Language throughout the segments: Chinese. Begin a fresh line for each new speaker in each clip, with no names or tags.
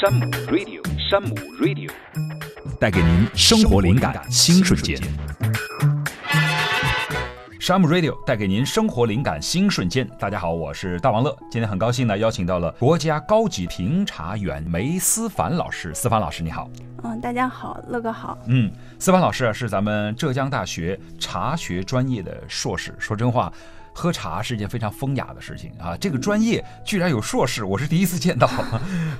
山姆 Radio，山姆 Radio，
带给您生活灵感新瞬间。山姆 Radio 带给您生活灵感新瞬间。大家好，我是大王乐。今天很高兴呢，邀请到了国家高级评查员梅思凡老师。思凡老师，你好。
嗯，大家好，乐哥好。
嗯，思凡老师啊，是咱们浙江大学茶学专业的硕士。说真话，喝茶是件非常风雅的事情啊。这个专业居然有硕士，我是第一次见到，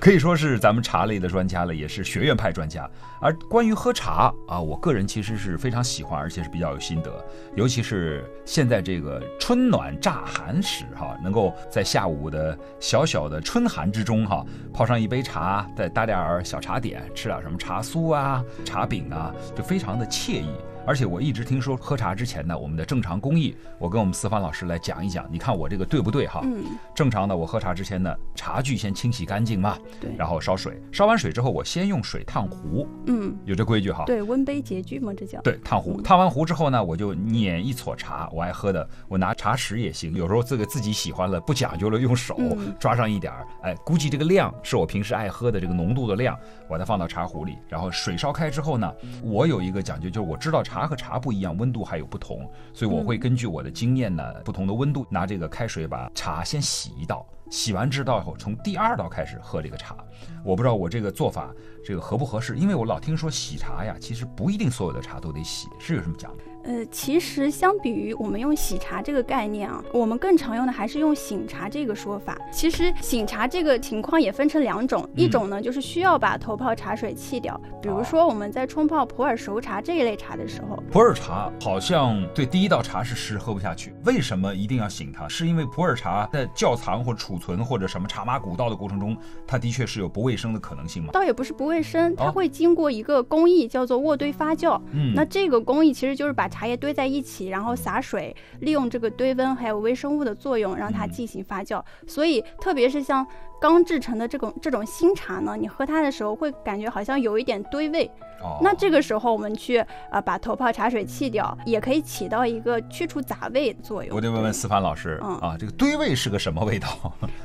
可以说是咱们茶类的专家了，也是学院派专家。而关于喝茶啊，我个人其实是非常喜欢，而且是比较有心得，尤其是现在这个春暖乍寒时哈、能够在下午的小小的春寒之中哈、泡上一杯茶，再搭点儿小茶点，吃点儿什么茶酥啊、茶饼啊，就非常的惬意。而且我一直听说喝茶之前呢，我们的正常工艺，我跟我们思凡老师来讲一讲，你看我这个对不对哈？
嗯，
正常的，我喝茶之前呢，茶具先清洗干净嘛，
对，
然后烧水，烧完水之后，我先用水烫壶，
嗯，
有这规矩哈。
对，温杯洁具嘛，这叫。
对，烫壶，
嗯
烫完壶之后呢，我就捻一撮茶，我爱喝的，我拿茶匙也行，有时候这个自己喜欢了，不讲究了，用手
嗯
抓上一点儿，哎，估计这个量是我平时爱喝的这个浓度的量，我再放到茶壶里，然后水烧开之后呢，我有一个讲究，就是我知道茶和茶不一样，温度还有不同，所以我会
嗯
根据我的经验呢，不同的温度拿这个开水把茶先洗一道。洗完之道以后，从第二道开始喝这个茶，我不知道我这个做法这个合不合适，因为我老听说洗茶呀，其实不一定所有的茶都得洗，是有什么讲究？
呃，其实相比于我们用洗茶这个概念啊，我们更常用的还是用醒茶这个说法。其实醒茶这个情况也分成两种，
嗯
一种呢就是需要把头泡茶水弃掉，比
哦
如说我们在冲泡普洱熟茶这一类茶的时候，
普洱茶好像对第一道茶是湿喝不下去，为什么一定要醒它？是因为普洱茶在窖藏或储存或者什么茶马古道的过程中，它的确是有不卫生的可能性吗？
倒也不是不卫生，
哦
它会经过一个工艺叫做渥堆发酵，
嗯，
那这个工艺其实就是把茶叶堆在一起，然后洒水，利用这个堆温还有微生物的作用，让它
嗯
进行发酵。所以，特别是像刚制成的这种这种新茶呢，你喝它的时候会感觉好像有一点堆味。
哦
那这个时候我们去呃把头泡茶水弃掉，也可以起到一个去除杂味作用。
嗯我得问问思凡老师、
嗯
啊，这个堆味是个什么味道？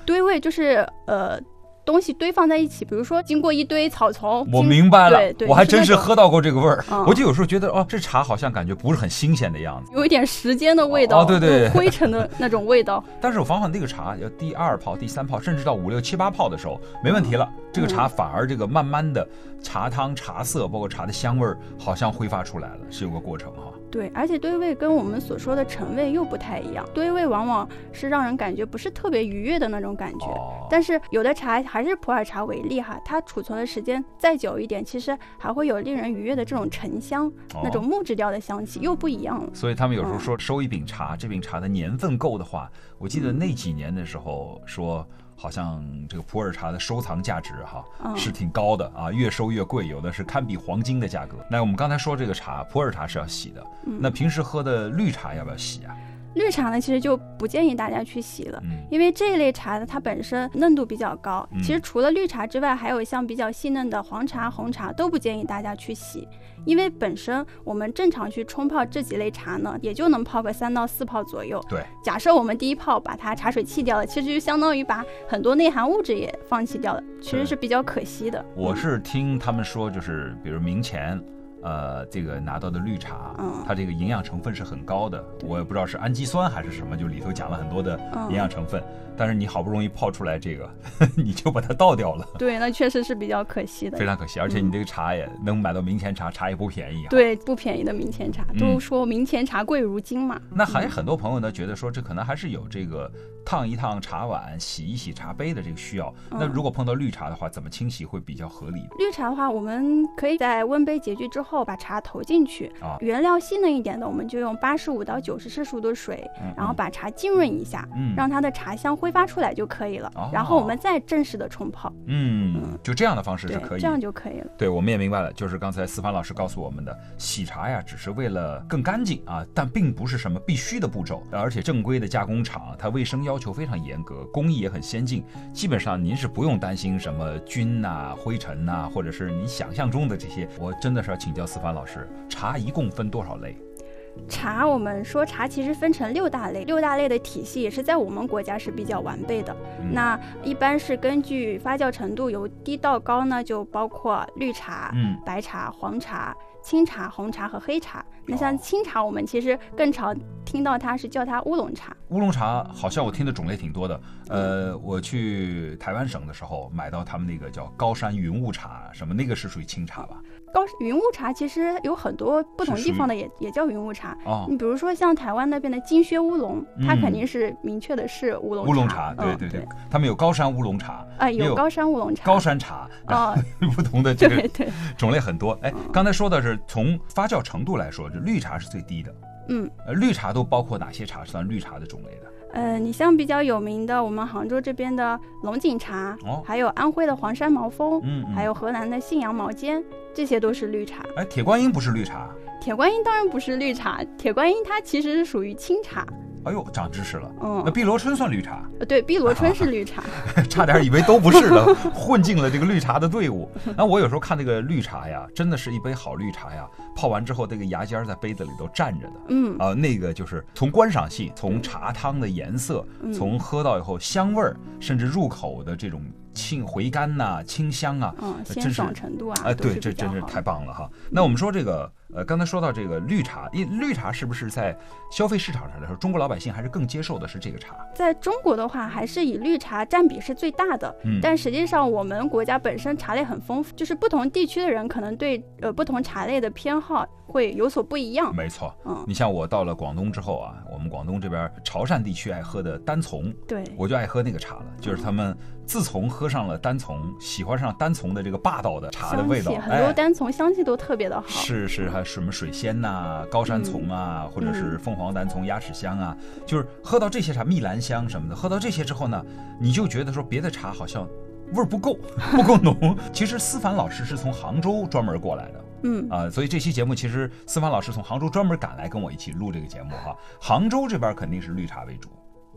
堆味就是呃东西堆放在一起，比如说经过一堆草丛，
我
经
明白了
对，对
我还
是那
真是
种
喝到过这个味儿，
嗯
我就有时候觉得哦，这茶好像感觉不是很新鲜的样子。
有一点时间的味道，
哦对对
有灰尘的那种味道。
但是我防范这个茶，要第二泡、第三泡，甚至到五六七八泡的时候，没问题了。这个
嗯
茶反而这个慢慢的茶汤、茶色，包括茶的香味儿，好像挥发出来了，是有个过程哈。
对，而且堆味跟我们所说的陈味又不太一样，堆味往往是让人感觉不是特别愉悦的那种感觉。
哦，
但是有的茶还是普洱茶为例哈，它储存的时间再久一点，其实还会有令人愉悦的这种沉香，那种嗯
哦。
木质调的香气又不一样了。
所以他们有时候说收一饼茶，这饼茶的年份够的话，我记得
嗯
那几年的时候说，好像这个普洱茶的收藏价值哈，
嗯，
是挺高的啊，越收越贵，有的是堪比黄金的价格。那我们刚才说这个茶，普洱茶是要洗的，
嗯
那平时喝的绿茶要不要洗啊？
绿茶呢，其实就不建议大家去洗了。
嗯，
因为这一类茶呢，它本身嫩度比较高。
嗯
其实除了绿茶之外，还有像比较细嫩的黄茶、红茶都不建议大家去洗，因为本身我们正常去冲泡这几类茶呢，也就能泡个三到四泡左右。
对，
假设我们第一泡把它茶水弃掉了，其实就相当于把很多内含物质也放弃掉了，其
对
实是比较可惜的。
我是听他们说，就是比如明前。呃，这个拿到的绿茶，
嗯
它这个营养成分是很高的，
对
我也不知道是氨基酸还是什么，就里头讲了很多的
嗯
营养成分。但是你好不容易泡出来这个， 你就把它倒掉了，
对，那确实是比较可惜的
非。常可惜。而且你这个茶也能买到明前茶，茶也不便宜啊。
对，不便宜的明前茶，
嗯
都说明前茶贵如金嘛。
那还有很多朋友呢，觉得说这可能还是有这个烫一烫茶碗、洗一洗茶杯的这个需要。那
嗯
如果碰到绿茶的话，怎么清洗会比较合理？
绿茶的话，我们可以在温杯洁具之后把茶投进去，
啊
原料细嫩一点的，我们就用八十五到九十摄氏度的水，
嗯
然后把茶浸润一下，
嗯
让它的茶香挥发出来就可以了。
哦
然后我们再正式的冲泡，
嗯，就这样的方式
对
是可，以
这。样就可以了。
对，我们也明白了，就是刚才思凡老师告诉我们的，洗茶呀，只是为了更干净啊，但并不是什么必须的步骤。而且正规的加工厂，它卫生要求非常严格，工艺也很先进，基本上您是不用担心什么菌呐、灰尘呐、或者是你想象中的这些。我真的是要请教思凡老师，茶一共分多少类？
茶，我们说茶其实分成六大类，六大类的体系也是在我们国家是比较完备的。
嗯
那一般是根据发酵程度由低到高呢，就包括绿茶、
嗯
白茶、黄茶、青茶、红茶和黑茶。那像青茶，我们其实更常听到它是叫它乌龙茶。
乌龙茶好像我听的种类挺多的，呃，我去台湾省的时候买到他们那个叫高山云雾茶，什么那个是属于清茶吧？
高云雾茶其实有很多不同
是属
地
于
方的也也叫云雾茶。
哦，
你比如说像台湾那边的金靴乌龙，它
嗯
肯定是明确的是乌龙
乌龙茶，对
嗯
对
对
对，，他们有高山乌龙茶、
啊
也有
有高山乌龙茶，
高山茶，
哦，
不同的这
对嗯
个
对，
种类很多。哎，刚才说的是从发酵程度来说，这绿茶是最低的。
嗯
呃，绿茶都包括哪些茶是算绿茶的种类的？
呃，你像比较有名的，我们杭州这边的龙井茶，
哦
还有安徽的黄山毛峰，
嗯，嗯
还有河南的信阳毛尖，这些都是绿茶。
哎，铁观音不是绿茶。
铁观音当然不是绿茶，铁观音它其实是属于清茶。
哎呦，长知识了。那
嗯，
碧螺春算绿茶，
呃对，碧螺春是绿茶。
差点以为都不是了， 混进了这个绿茶的队 伍。啊，我有时候看那个绿茶呀，真的是一杯好绿茶呀，泡完之后这个芽尖儿在杯子里头站着的。
嗯，
啊、那个就是从观赏性，从茶汤的颜色，
嗯
啊从喝到以后香味儿，甚至入口的这种沁回甘呐、清香啊，
嗯，
这
鲜
是
爽程度啊，
哎，
都
对，
比
这真
较
是
好
太棒了哈。那我们说这个，呃，刚才说到这个绿茶，因绿茶是不是在消费市场上来说，中国老百姓还是更接受的是这个茶？
在中国的话，还是以绿茶占比是最大的。
嗯，
但实际上，我们国家本身茶类很丰富，就是不同地区的人可能对呃不同茶类的偏好会有所不一样。
没错。
嗯，
你像我到了广东之后啊，我们广东这边潮汕地区爱喝的单丛，
对，
我就爱喝那个茶了。就是他们自从喝上了单丛，喜欢上单丛的这个霸道的茶的
香
味道
气，很多
哎，
单丛香气都特别的好。嗯
是是，还有什么水仙呐、高山丛啊，或者是凤凰单丛、鸭屎香啊，就是喝到这些茶，蜜兰香什么的，喝到这些之后呢，你就觉得说别的茶好像味儿不够， 不够浓。其实思凡老师是从杭州专门过来的。
嗯，
啊、所以这期节目其实思凡老师从杭州专门赶来跟我一起录这个节目哈。杭州这边肯定是绿茶为主，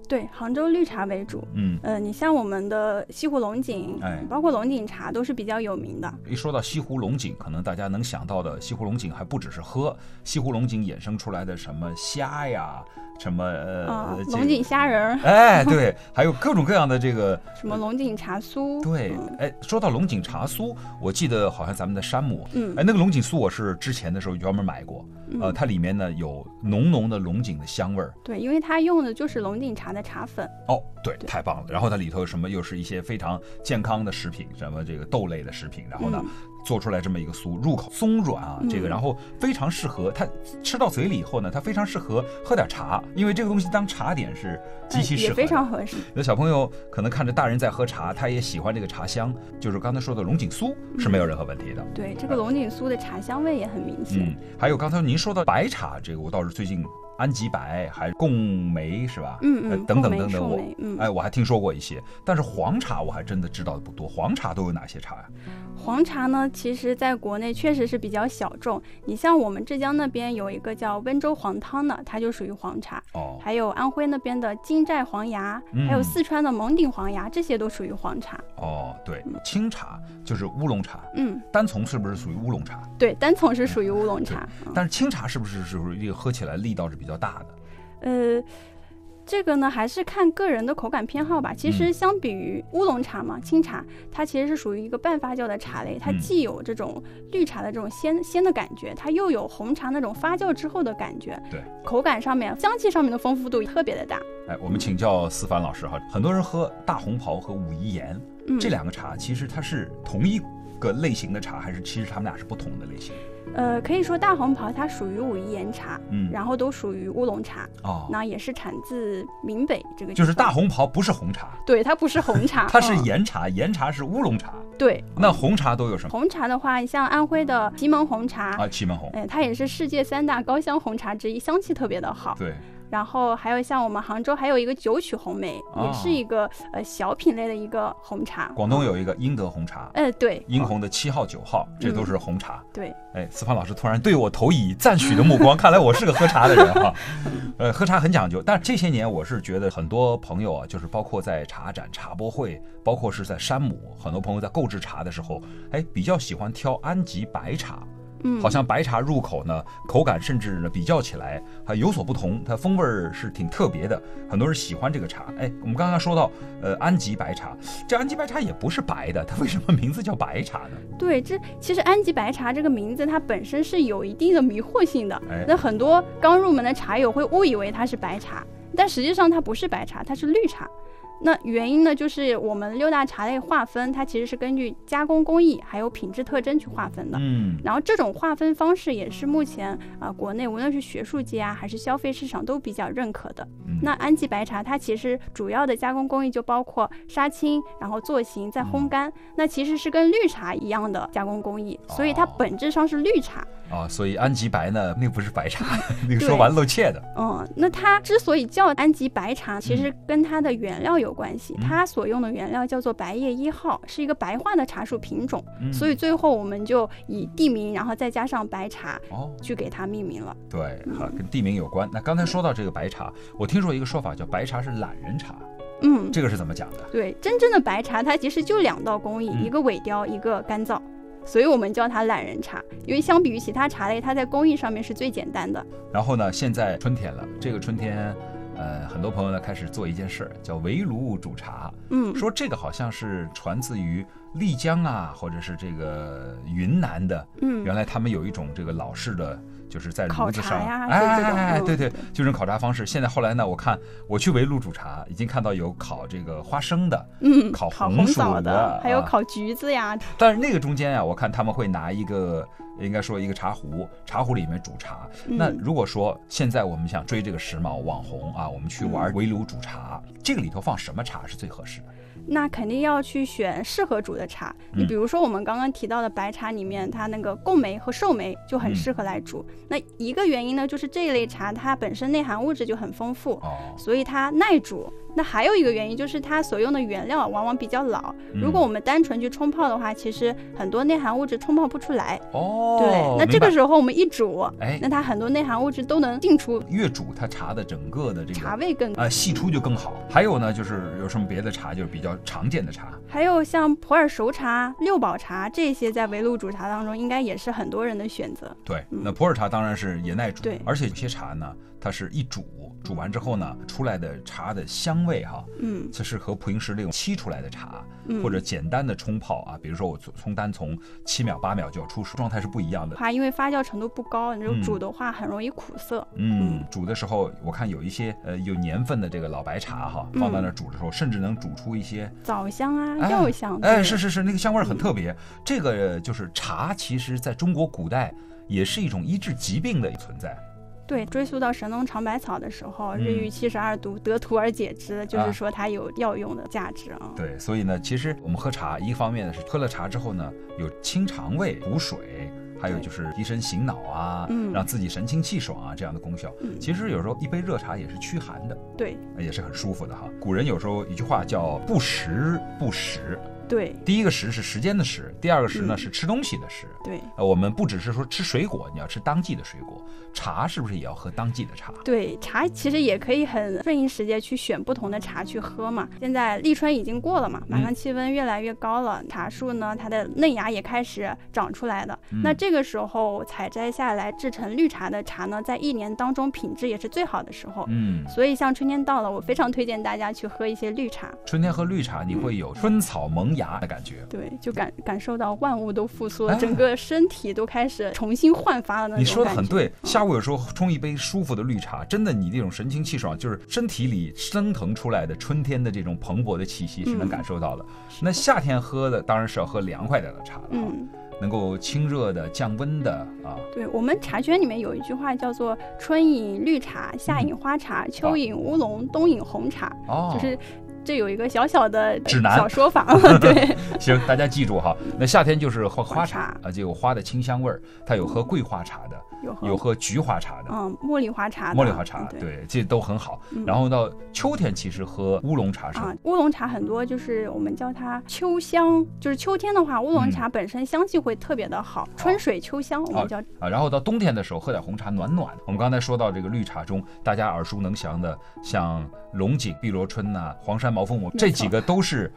对，杭州绿茶为主。
嗯，
呃，你像我们的西湖龙井，
哎
包括龙井茶都是比较有名的。
一说到西湖龙井，可能大家能想到的西湖龙井还不只是喝，西湖龙井衍生出来的什么虾呀，什么呃，
啊、
这
龙井虾仁儿，
哎，对，还有各种各样的这个
什么龙井茶酥，
呃对
嗯，
哎，说到龙井茶酥，我记得好像咱们的山姆，
嗯
哎，那个龙井酥我是之前的时候专门买过，呃，它里面呢有浓浓的龙井的香味儿。
对，因为它用的就是龙井茶的茶粉。
哦，对，
对
太棒了。然后它里头什么又是一些非常健康的食品，什么这个豆类的食品，然后呢、做出来这么一个酥，入口松软啊，这个
嗯
然后非常适合它吃到嘴里以后呢，它非常适合喝点茶，因为这个东西当茶点是极
哎
其适合
也
的。
非常合适。
有小朋友可能看着大人在喝茶，他也喜欢这个茶香，就是刚才说的龙井酥是
嗯
没有任何问题的。
对，这个龙井酥的茶香味也很明显。
嗯，还有刚才您说的白茶，这个我倒是最近安吉白还贡梅是吧？
嗯
呃
嗯，
等
凤
等
梅
等等，
树
我
莓嗯，
哎我还听说过一些，但是黄茶我还真的知道的不多。黄茶都有哪些茶啊呀、
黄茶呢，其实在国内确实是比较小众。你像我们浙江那边有一个叫温州黄汤的，它就属于黄茶；
哦，
还有安徽那边的金寨黄芽，
嗯
还有四川的蒙顶黄芽，这些都属于黄茶。
哦，对，清茶就是乌龙茶，
嗯，
单丛是不是属于乌龙茶？
对，单丛是属于乌 龙茶。嗯
但是清茶是不是属于这个喝起来力道是比较大的？
呃，这个呢还是看个人的口感偏好吧。其
嗯
实相比于乌龙茶嘛，清茶它其实是属于一个半发酵的茶类，它
嗯
既有这种绿茶的这种鲜鲜的感觉，它又有红茶那种发酵之后的感觉。
对，
口感上面、香气上面的丰富度特别的大。
哎，我们请教思凡老师哈，很多人喝大红袍和武夷岩
嗯，
这两个茶，其实它是同一个类型的茶，还是其实他们俩是不同的类型？
呃，可以说大红袍它属于武夷岩茶，
嗯，
然后都属于乌龙茶，
哦，
那也是产自闽北这个地
就是
方
大。红袍不是红茶，
对，它不是红茶，
它是
嗯
岩茶，岩茶是乌龙茶，
对
那红茶都有什么
红茶的话，像安徽的祁门红茶
啊？祁门红，
哎，它也是世界三大高香红茶之一，香气特别的好。
对，
然后还有像我们杭州还有一个九曲红梅，
啊
也是一个呃小品类的一个红茶。
广东有一个英德红茶，
哎，对，
英红的七号、九号，这都是红茶。
对，
哎，思凡老师突然对我投以赞许的目光，看来我是个喝茶的人哈、呃，喝茶很讲究，但这些年我是觉得很多朋友啊，就是包括在茶展、茶博会，包括是在山姆，很多朋友在购置茶的时候，哎，比较喜欢挑安吉白茶。
嗯，
好像白茶入口呢，口感甚至呢比较起来还有所不同，它风味儿是挺特别的，很多人喜欢这个茶。哎，我们刚刚说到，呃，安吉白茶，这安吉白茶也不是白的，它为什么名字叫白茶呢？
对，这其实安吉白茶这个名字它本身是有一定的迷惑性的
哎，
那很多刚入门的茶友会误以为它是白茶，但实际上它不是白茶，它是绿茶。那原因呢，就是我们六大茶类划分，它其实是根据加工工艺还有品质特征去划分的。
嗯，
然后这种划分方式也是目前啊、呃国内无论是学术界啊还是消费市场都比较认可的。
嗯
那安吉白茶它其实主要的加工工艺就包括杀青，然后做型再
嗯
烘干，那其实是跟绿茶一样的加工工艺，所以它
哦
本质上是绿茶。
啊，所以安吉白呢，那不是白茶， 那个
对
说完露怯的。
嗯，那它之所以叫安吉白茶，其实跟它的原料有关系。
嗯
它所用的原料叫做白叶一号，是一个白化的茶树品种，
嗯
所以最后我们就以地名，然后再加上白茶
哦，
去给它命名了。
对，哈，跟地名有关。那刚才说到这个白茶，我听说一个说法叫白茶是懒人茶，
嗯，
这个是怎么讲的？
对，真正的白茶它其实就两道工艺，
嗯
一个萎凋，一个干燥。所以我们叫它懒人茶，因为相比于其他茶类，它在工艺上面是最简单的。
然后呢，现在春天了，这个春天，呃，很多朋友呢开始做一件事儿，叫围炉煮茶。
嗯，
说这个好像是传自于丽江啊，或者是这个云南的，
嗯，
原来他们有一种这个老式的，就是在炉
烤
子
茶
上，
呀
哎
就这种
哎哎
嗯
对对，就这种烤茶方式。现在后来呢，我看我去围炉煮茶，已经看到有烤这个花生的，
嗯，
烤
烤
红薯
枣
的
还有
啊
烤橘子呀，
但是那个中间啊，我看他们会拿一个，应该说一个茶壶，茶壶里面煮茶。那
嗯
如果说现在我们想追这个时髦网红啊，我们去玩围炉煮茶，
嗯
这个里头放什么茶是最合适的？
那肯定要去选适合煮的茶。你
嗯
比如说我们刚刚提到的白茶里面，它那个贡梅和寿梅就很
嗯
适合来煮。那一个原因呢，就是这一类茶它本身内含物质就很丰富，
哦，
所以它耐煮。那还有一个原因就是它所用的原料往往比较老，
嗯
如果我们单纯去冲泡的话，其实很多内含物质冲泡不出来。
哦，
对，那
明
这个
白
时候我们一煮，
哎
那，它很多内含物质都能进出，
越煮它茶的整个的这
茶
个。
味更。
啊，细出就更好。还有呢，就是有什么别的茶，就是比较常见的茶，
还有像普洱熟茶、六堡茶这些，在围炉煮茶当中，应该也是很多人的选择。
对，
嗯
那普洱茶当然是也耐煮，
对
而且有些茶呢，它是一煮，煮完之后呢，出来的茶的香味哈、
嗯
这是和平时那种沏出来的茶，
嗯，
或者简单的冲泡啊，比如说我冲冲单从七秒八秒就要出水，状态是不一样的。
话，因为发酵程度不高，你就
嗯
煮的话很容易苦涩。
嗯，煮的时候我看有一些呃有年份的这个老白茶哈，
嗯
放在那儿煮的时候，甚至能煮出一些，
枣香啊，
哎
药香。
哎，是。是是，那个香味儿很特别。这个就是茶，其实在中国古代也是一种医治疾病的存在。
对，追溯到神农尝百草的时候，
嗯
日遇七十二毒，得图而解之，就
啊
是说它有药用的价值啊。
对，所以呢，其实我们喝茶，一方面呢是喝了茶之后呢，有清肠胃、补水，还有
对
就是提神醒脑啊，
嗯
让自己神清气爽啊这样的功效。
嗯
其实有时候一杯热茶也是驱寒的，哎
对
也是很舒服的哈。古人有时候一句话叫“不时不食
对”，
第一个“食”是时间的“时”，第二个“食”呢
嗯
是吃东西的“食”。
对
呃，我们不只是说吃水果，你要吃当季的水果，茶是不是也要喝当季的茶？
对，茶其实也可以很顺应时节去选不同的茶去喝嘛。现在立春已经过了嘛，
嗯
马上气温越来越高了，茶树呢它的嫩芽也开始长出来的。那
嗯
这个时候采摘下来制成绿茶的茶呢，在一年当中品质也是最好的时候。
嗯，
所以，像春天到了，我非常推荐大家去喝一些绿茶，
春天喝绿茶，你会有春草萌芽的感觉。
对，就感感受到万物都复苏了，
哎
整个身体都开始重新焕发了那种
你说的
感
很
觉
对，
嗯
下午有时候冲一杯舒服的绿茶，真的你那种神清气爽，就是身体里升腾出来的春天的这种蓬勃的气息是能
嗯
感受到的。那夏天喝的当然是要喝凉快点的茶了啊，
嗯，
能够清热的、降温的啊。
对我们茶圈里面有一句话叫做“春饮绿茶，夏饮花茶，秋饮乌龙，冬饮红茶”，
嗯哦，
就是这有一个小小的
指南
小 说法。对，
行，大家记住哈。那夏天就是喝花茶
花茶
啊，就有花的清香味儿，它有喝桂花茶的，
有喝
有喝菊花茶的。
嗯茉莉花茶的，
茉莉花茶，
嗯对。
对，这都很好。
嗯
然后到秋天，其实喝乌龙茶是
啊，乌龙茶很多，就是我们叫它秋香，就是秋天的话，乌
嗯
龙茶本身香气会特别的好，春水秋香，我们叫
啊，然后到冬天的时候喝点红茶暖暖。我们刚才说到这个绿茶中，大家耳熟能详的，像龙井、碧螺春呐、黄山三毛凤母
没
这
错
几个都是，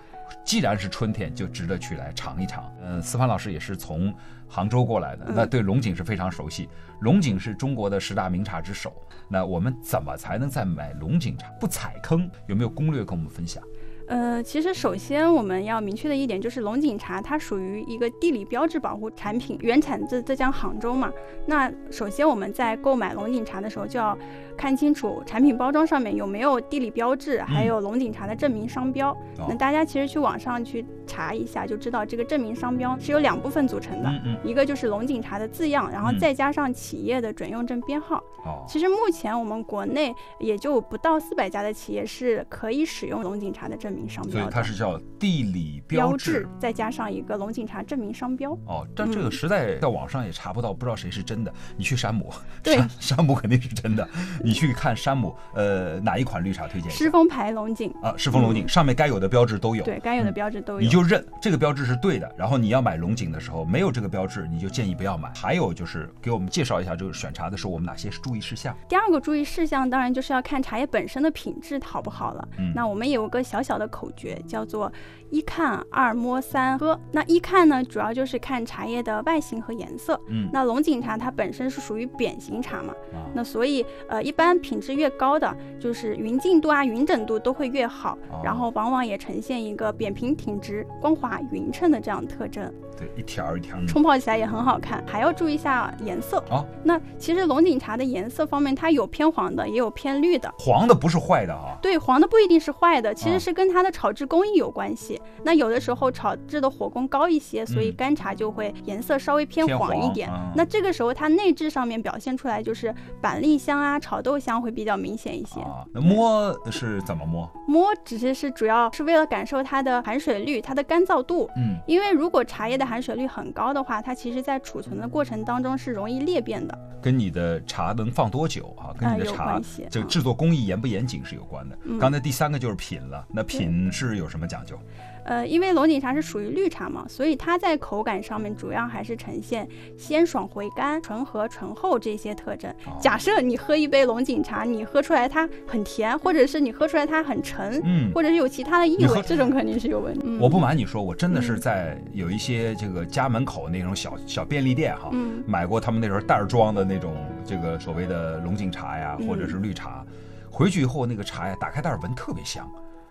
既然是春天，就值得去来尝一尝。嗯，思潘老师也是从杭州过来的，
嗯
那对龙井是非常熟悉。龙井是中国的十大名茶之首，那我们怎么才能在买龙井茶不踩坑？有没有攻略跟我们分享？
呃，其实首先我们要明确的一点就是，龙井茶它属于一个地理标志保护产品，原产自浙江杭州嘛。那首先我们在购买龙井茶的时候，就要看清楚产品包装上面有没有地理标志，还有龙井茶的证明商标。
嗯哦
那大家其实去网上去查一下，就知道这个证明商标是由两部分组成的。
嗯嗯，
一个就是龙井茶的字样，然后
嗯
再加上企业的准用证编号。
哦，
其实目前我们国内也就不到四百家的企业是可以使用龙井茶的证明商
所以
标
它
的。
是叫地理
标
标志。
再加上一个龙井茶证明商标，
哦，但这个
嗯
实在在网上也查不到，不知道谁是真的。你去山姆，
对
山山姆肯定是真的。你去看山姆，呃，哪一款绿茶推荐一下？
狮峰牌龙井，
啊，狮峰龙井，上面该有的标志都有。嗯
对该有的标志都有。
你就认这个标志是对的，然后你要买龙井的时候，没有这个标志，你就建议不要买。还有就是给我们介绍一下，就是选茶的时候我们哪些注意事项。
第二个注意事项，当然就是要看茶叶本身的品质好不好了。
嗯
那我们有个小小的口诀，叫做一看二摸三喝。那一看呢，主要就是看茶叶的外形和颜色。
嗯
那龙井茶它本身是属于扁型茶嘛，
啊
那所以呃，一般品质越高的，就是匀净度啊、匀整度都会越好，
哦
然后往往也呈现一个扁平挺直、光滑匀称的这样的特征，
对，一条儿一嗯条儿。
冲泡起来也很好看。还要注意一下颜色。
哦
那其实龙井茶的颜色方面，它有偏黄的，也有偏绿的。
黄的不是坏的啊，
对，黄的不一定是坏的，其
哦
实是跟它的炒制工艺有关系。那有的时候炒制的火功高一些，所以
嗯
干茶就会颜色稍微偏
偏
黄一点。
啊
那这个时候它内质上面表现出来就是板栗香啊、炒豆香会比较明显一些。
啊，那摸是怎么摸？
摸只是是主要是为了感受它的含水率、它的干燥度。
嗯，
因为如果茶叶的含水率很高的话，它其实在储存的过程当中是容易裂变的，
跟你的茶能放多久啊，跟
啊
你的
有
茶
关系
这个
啊
制作工艺严不严谨是有关的。
嗯
刚才第三个就是品了，那品是有什么讲究？
呃，因为龙井茶是属于绿茶嘛，所以它在口感上面主要还是呈现鲜爽回甘、醇和醇厚这些特征。
哦
嗯假设你喝一杯龙井茶，你喝出来它很甜，或者是你喝出来它很沉，
嗯，
或者是有其他的
你
异
喝
味，这种肯定是有问题。嗯
我不瞒你说，我真的是
嗯
在有一些这个家门口那种小小便利店哈，
嗯
买过他们那时候袋儿装的那种这个所谓的龙井茶呀，
嗯
或者是绿茶，回去以后那个茶呀，打开袋儿闻特别香，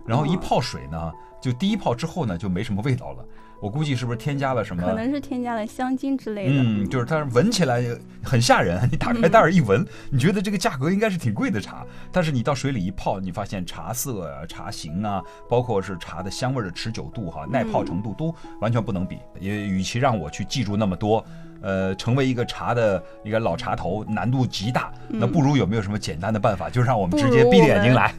然后一
哦
泡水呢，就第一泡之后呢就没什么味道了，我估计是不是添加了什么？
可能是添加了香精之类的。
嗯，就是但是闻起来很吓人，你打开袋儿一闻，你觉得这个价格应该是挺贵的茶，但是你到水里一泡，你发现茶色啊、茶形啊，包括是茶的香味儿的持久度哈、耐泡程度都完全不能比。也与其让我去记住那么多，呃，成为一个茶的一个老茶头，难度极大，那不如有没有什么简单的办法，就嗯让我们直接闭着眼睛来？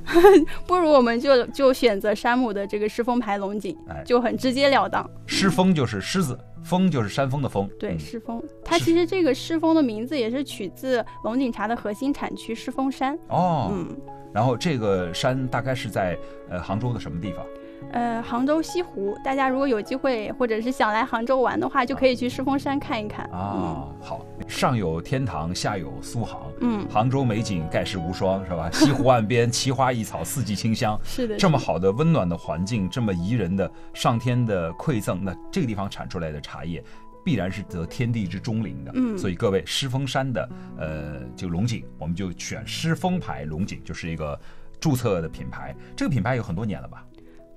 不如我们就就选择山姆的这个狮峰牌龙井
哎，
就很直截了当。
狮峰就是狮子，峰就是山峰的峰，
对，
嗯
狮峰，它
是
其实这个狮峰的名字也是取自龙井茶的核心产区狮峰山。
哦，
嗯，
然后这个山大概是在呃杭州的什么地方？
呃，杭州西湖，大家如果有机会或者是想来杭州玩的话，就可以去狮峰山看一看。
啊，好，上有天堂，下有苏杭，
嗯，嗯，
杭州美景盖世无双，是吧？西湖岸边，奇花异草，四季清香，
是的，
这么好的温暖的环境，这么宜人的上天的馈赠，那这个地方产出来的茶叶。必然是得天地之钟灵的，
嗯
所以各位狮峰山的呃这个龙井，我们就选狮峰牌龙井，就是一个注册的品牌。这个品牌有很多年了吧？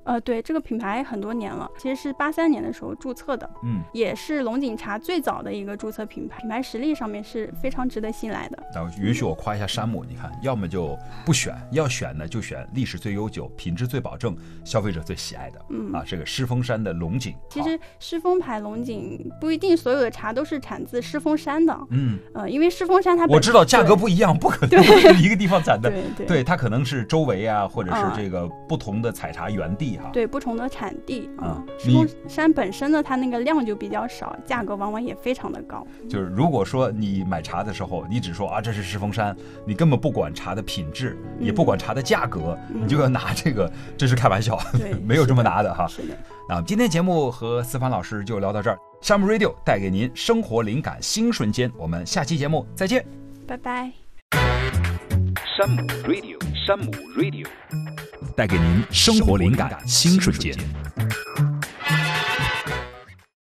呃，对，这个品牌很多年了，其实是八三年的时候注册的，
嗯，
也是龙井茶最早的一个注册品牌，品牌实力上面是非常值得信赖的。
那允许我夸一下山姆，你看，要么就不选，要选呢就选历史最悠久、品质最保证、消费者最喜爱的。
嗯
啊，这个狮峰山的龙井，
其
好
实狮峰牌龙井不一定所有的茶都是产自狮峰山的，
嗯，
呃，因为狮峰山它
我
本
知道价格不一样，不可能
对
不是一个地方产的。
对对
对，它可能是周围啊，或者是
啊
这个不同的采茶园地哈、
对不同的产地
啊
嗯狮峰山本身呢，它那个量就比较少，价格往往也非常的高。嗯
就是如果说你买茶的时候，你只说啊这是狮峰山，你根本不管茶的品质，也不
嗯
管茶的价格，你
嗯
就要拿这个，这是开玩笑，
对
没有这么啊拿的哈、
是的，
那我们今天节目和思凡老师就聊到这儿。夏目 Radio 带给您生活灵感新瞬间，我们下期节目再见。
拜拜。
Some Radio, Some Radio.
带给您生活灵感新瞬间。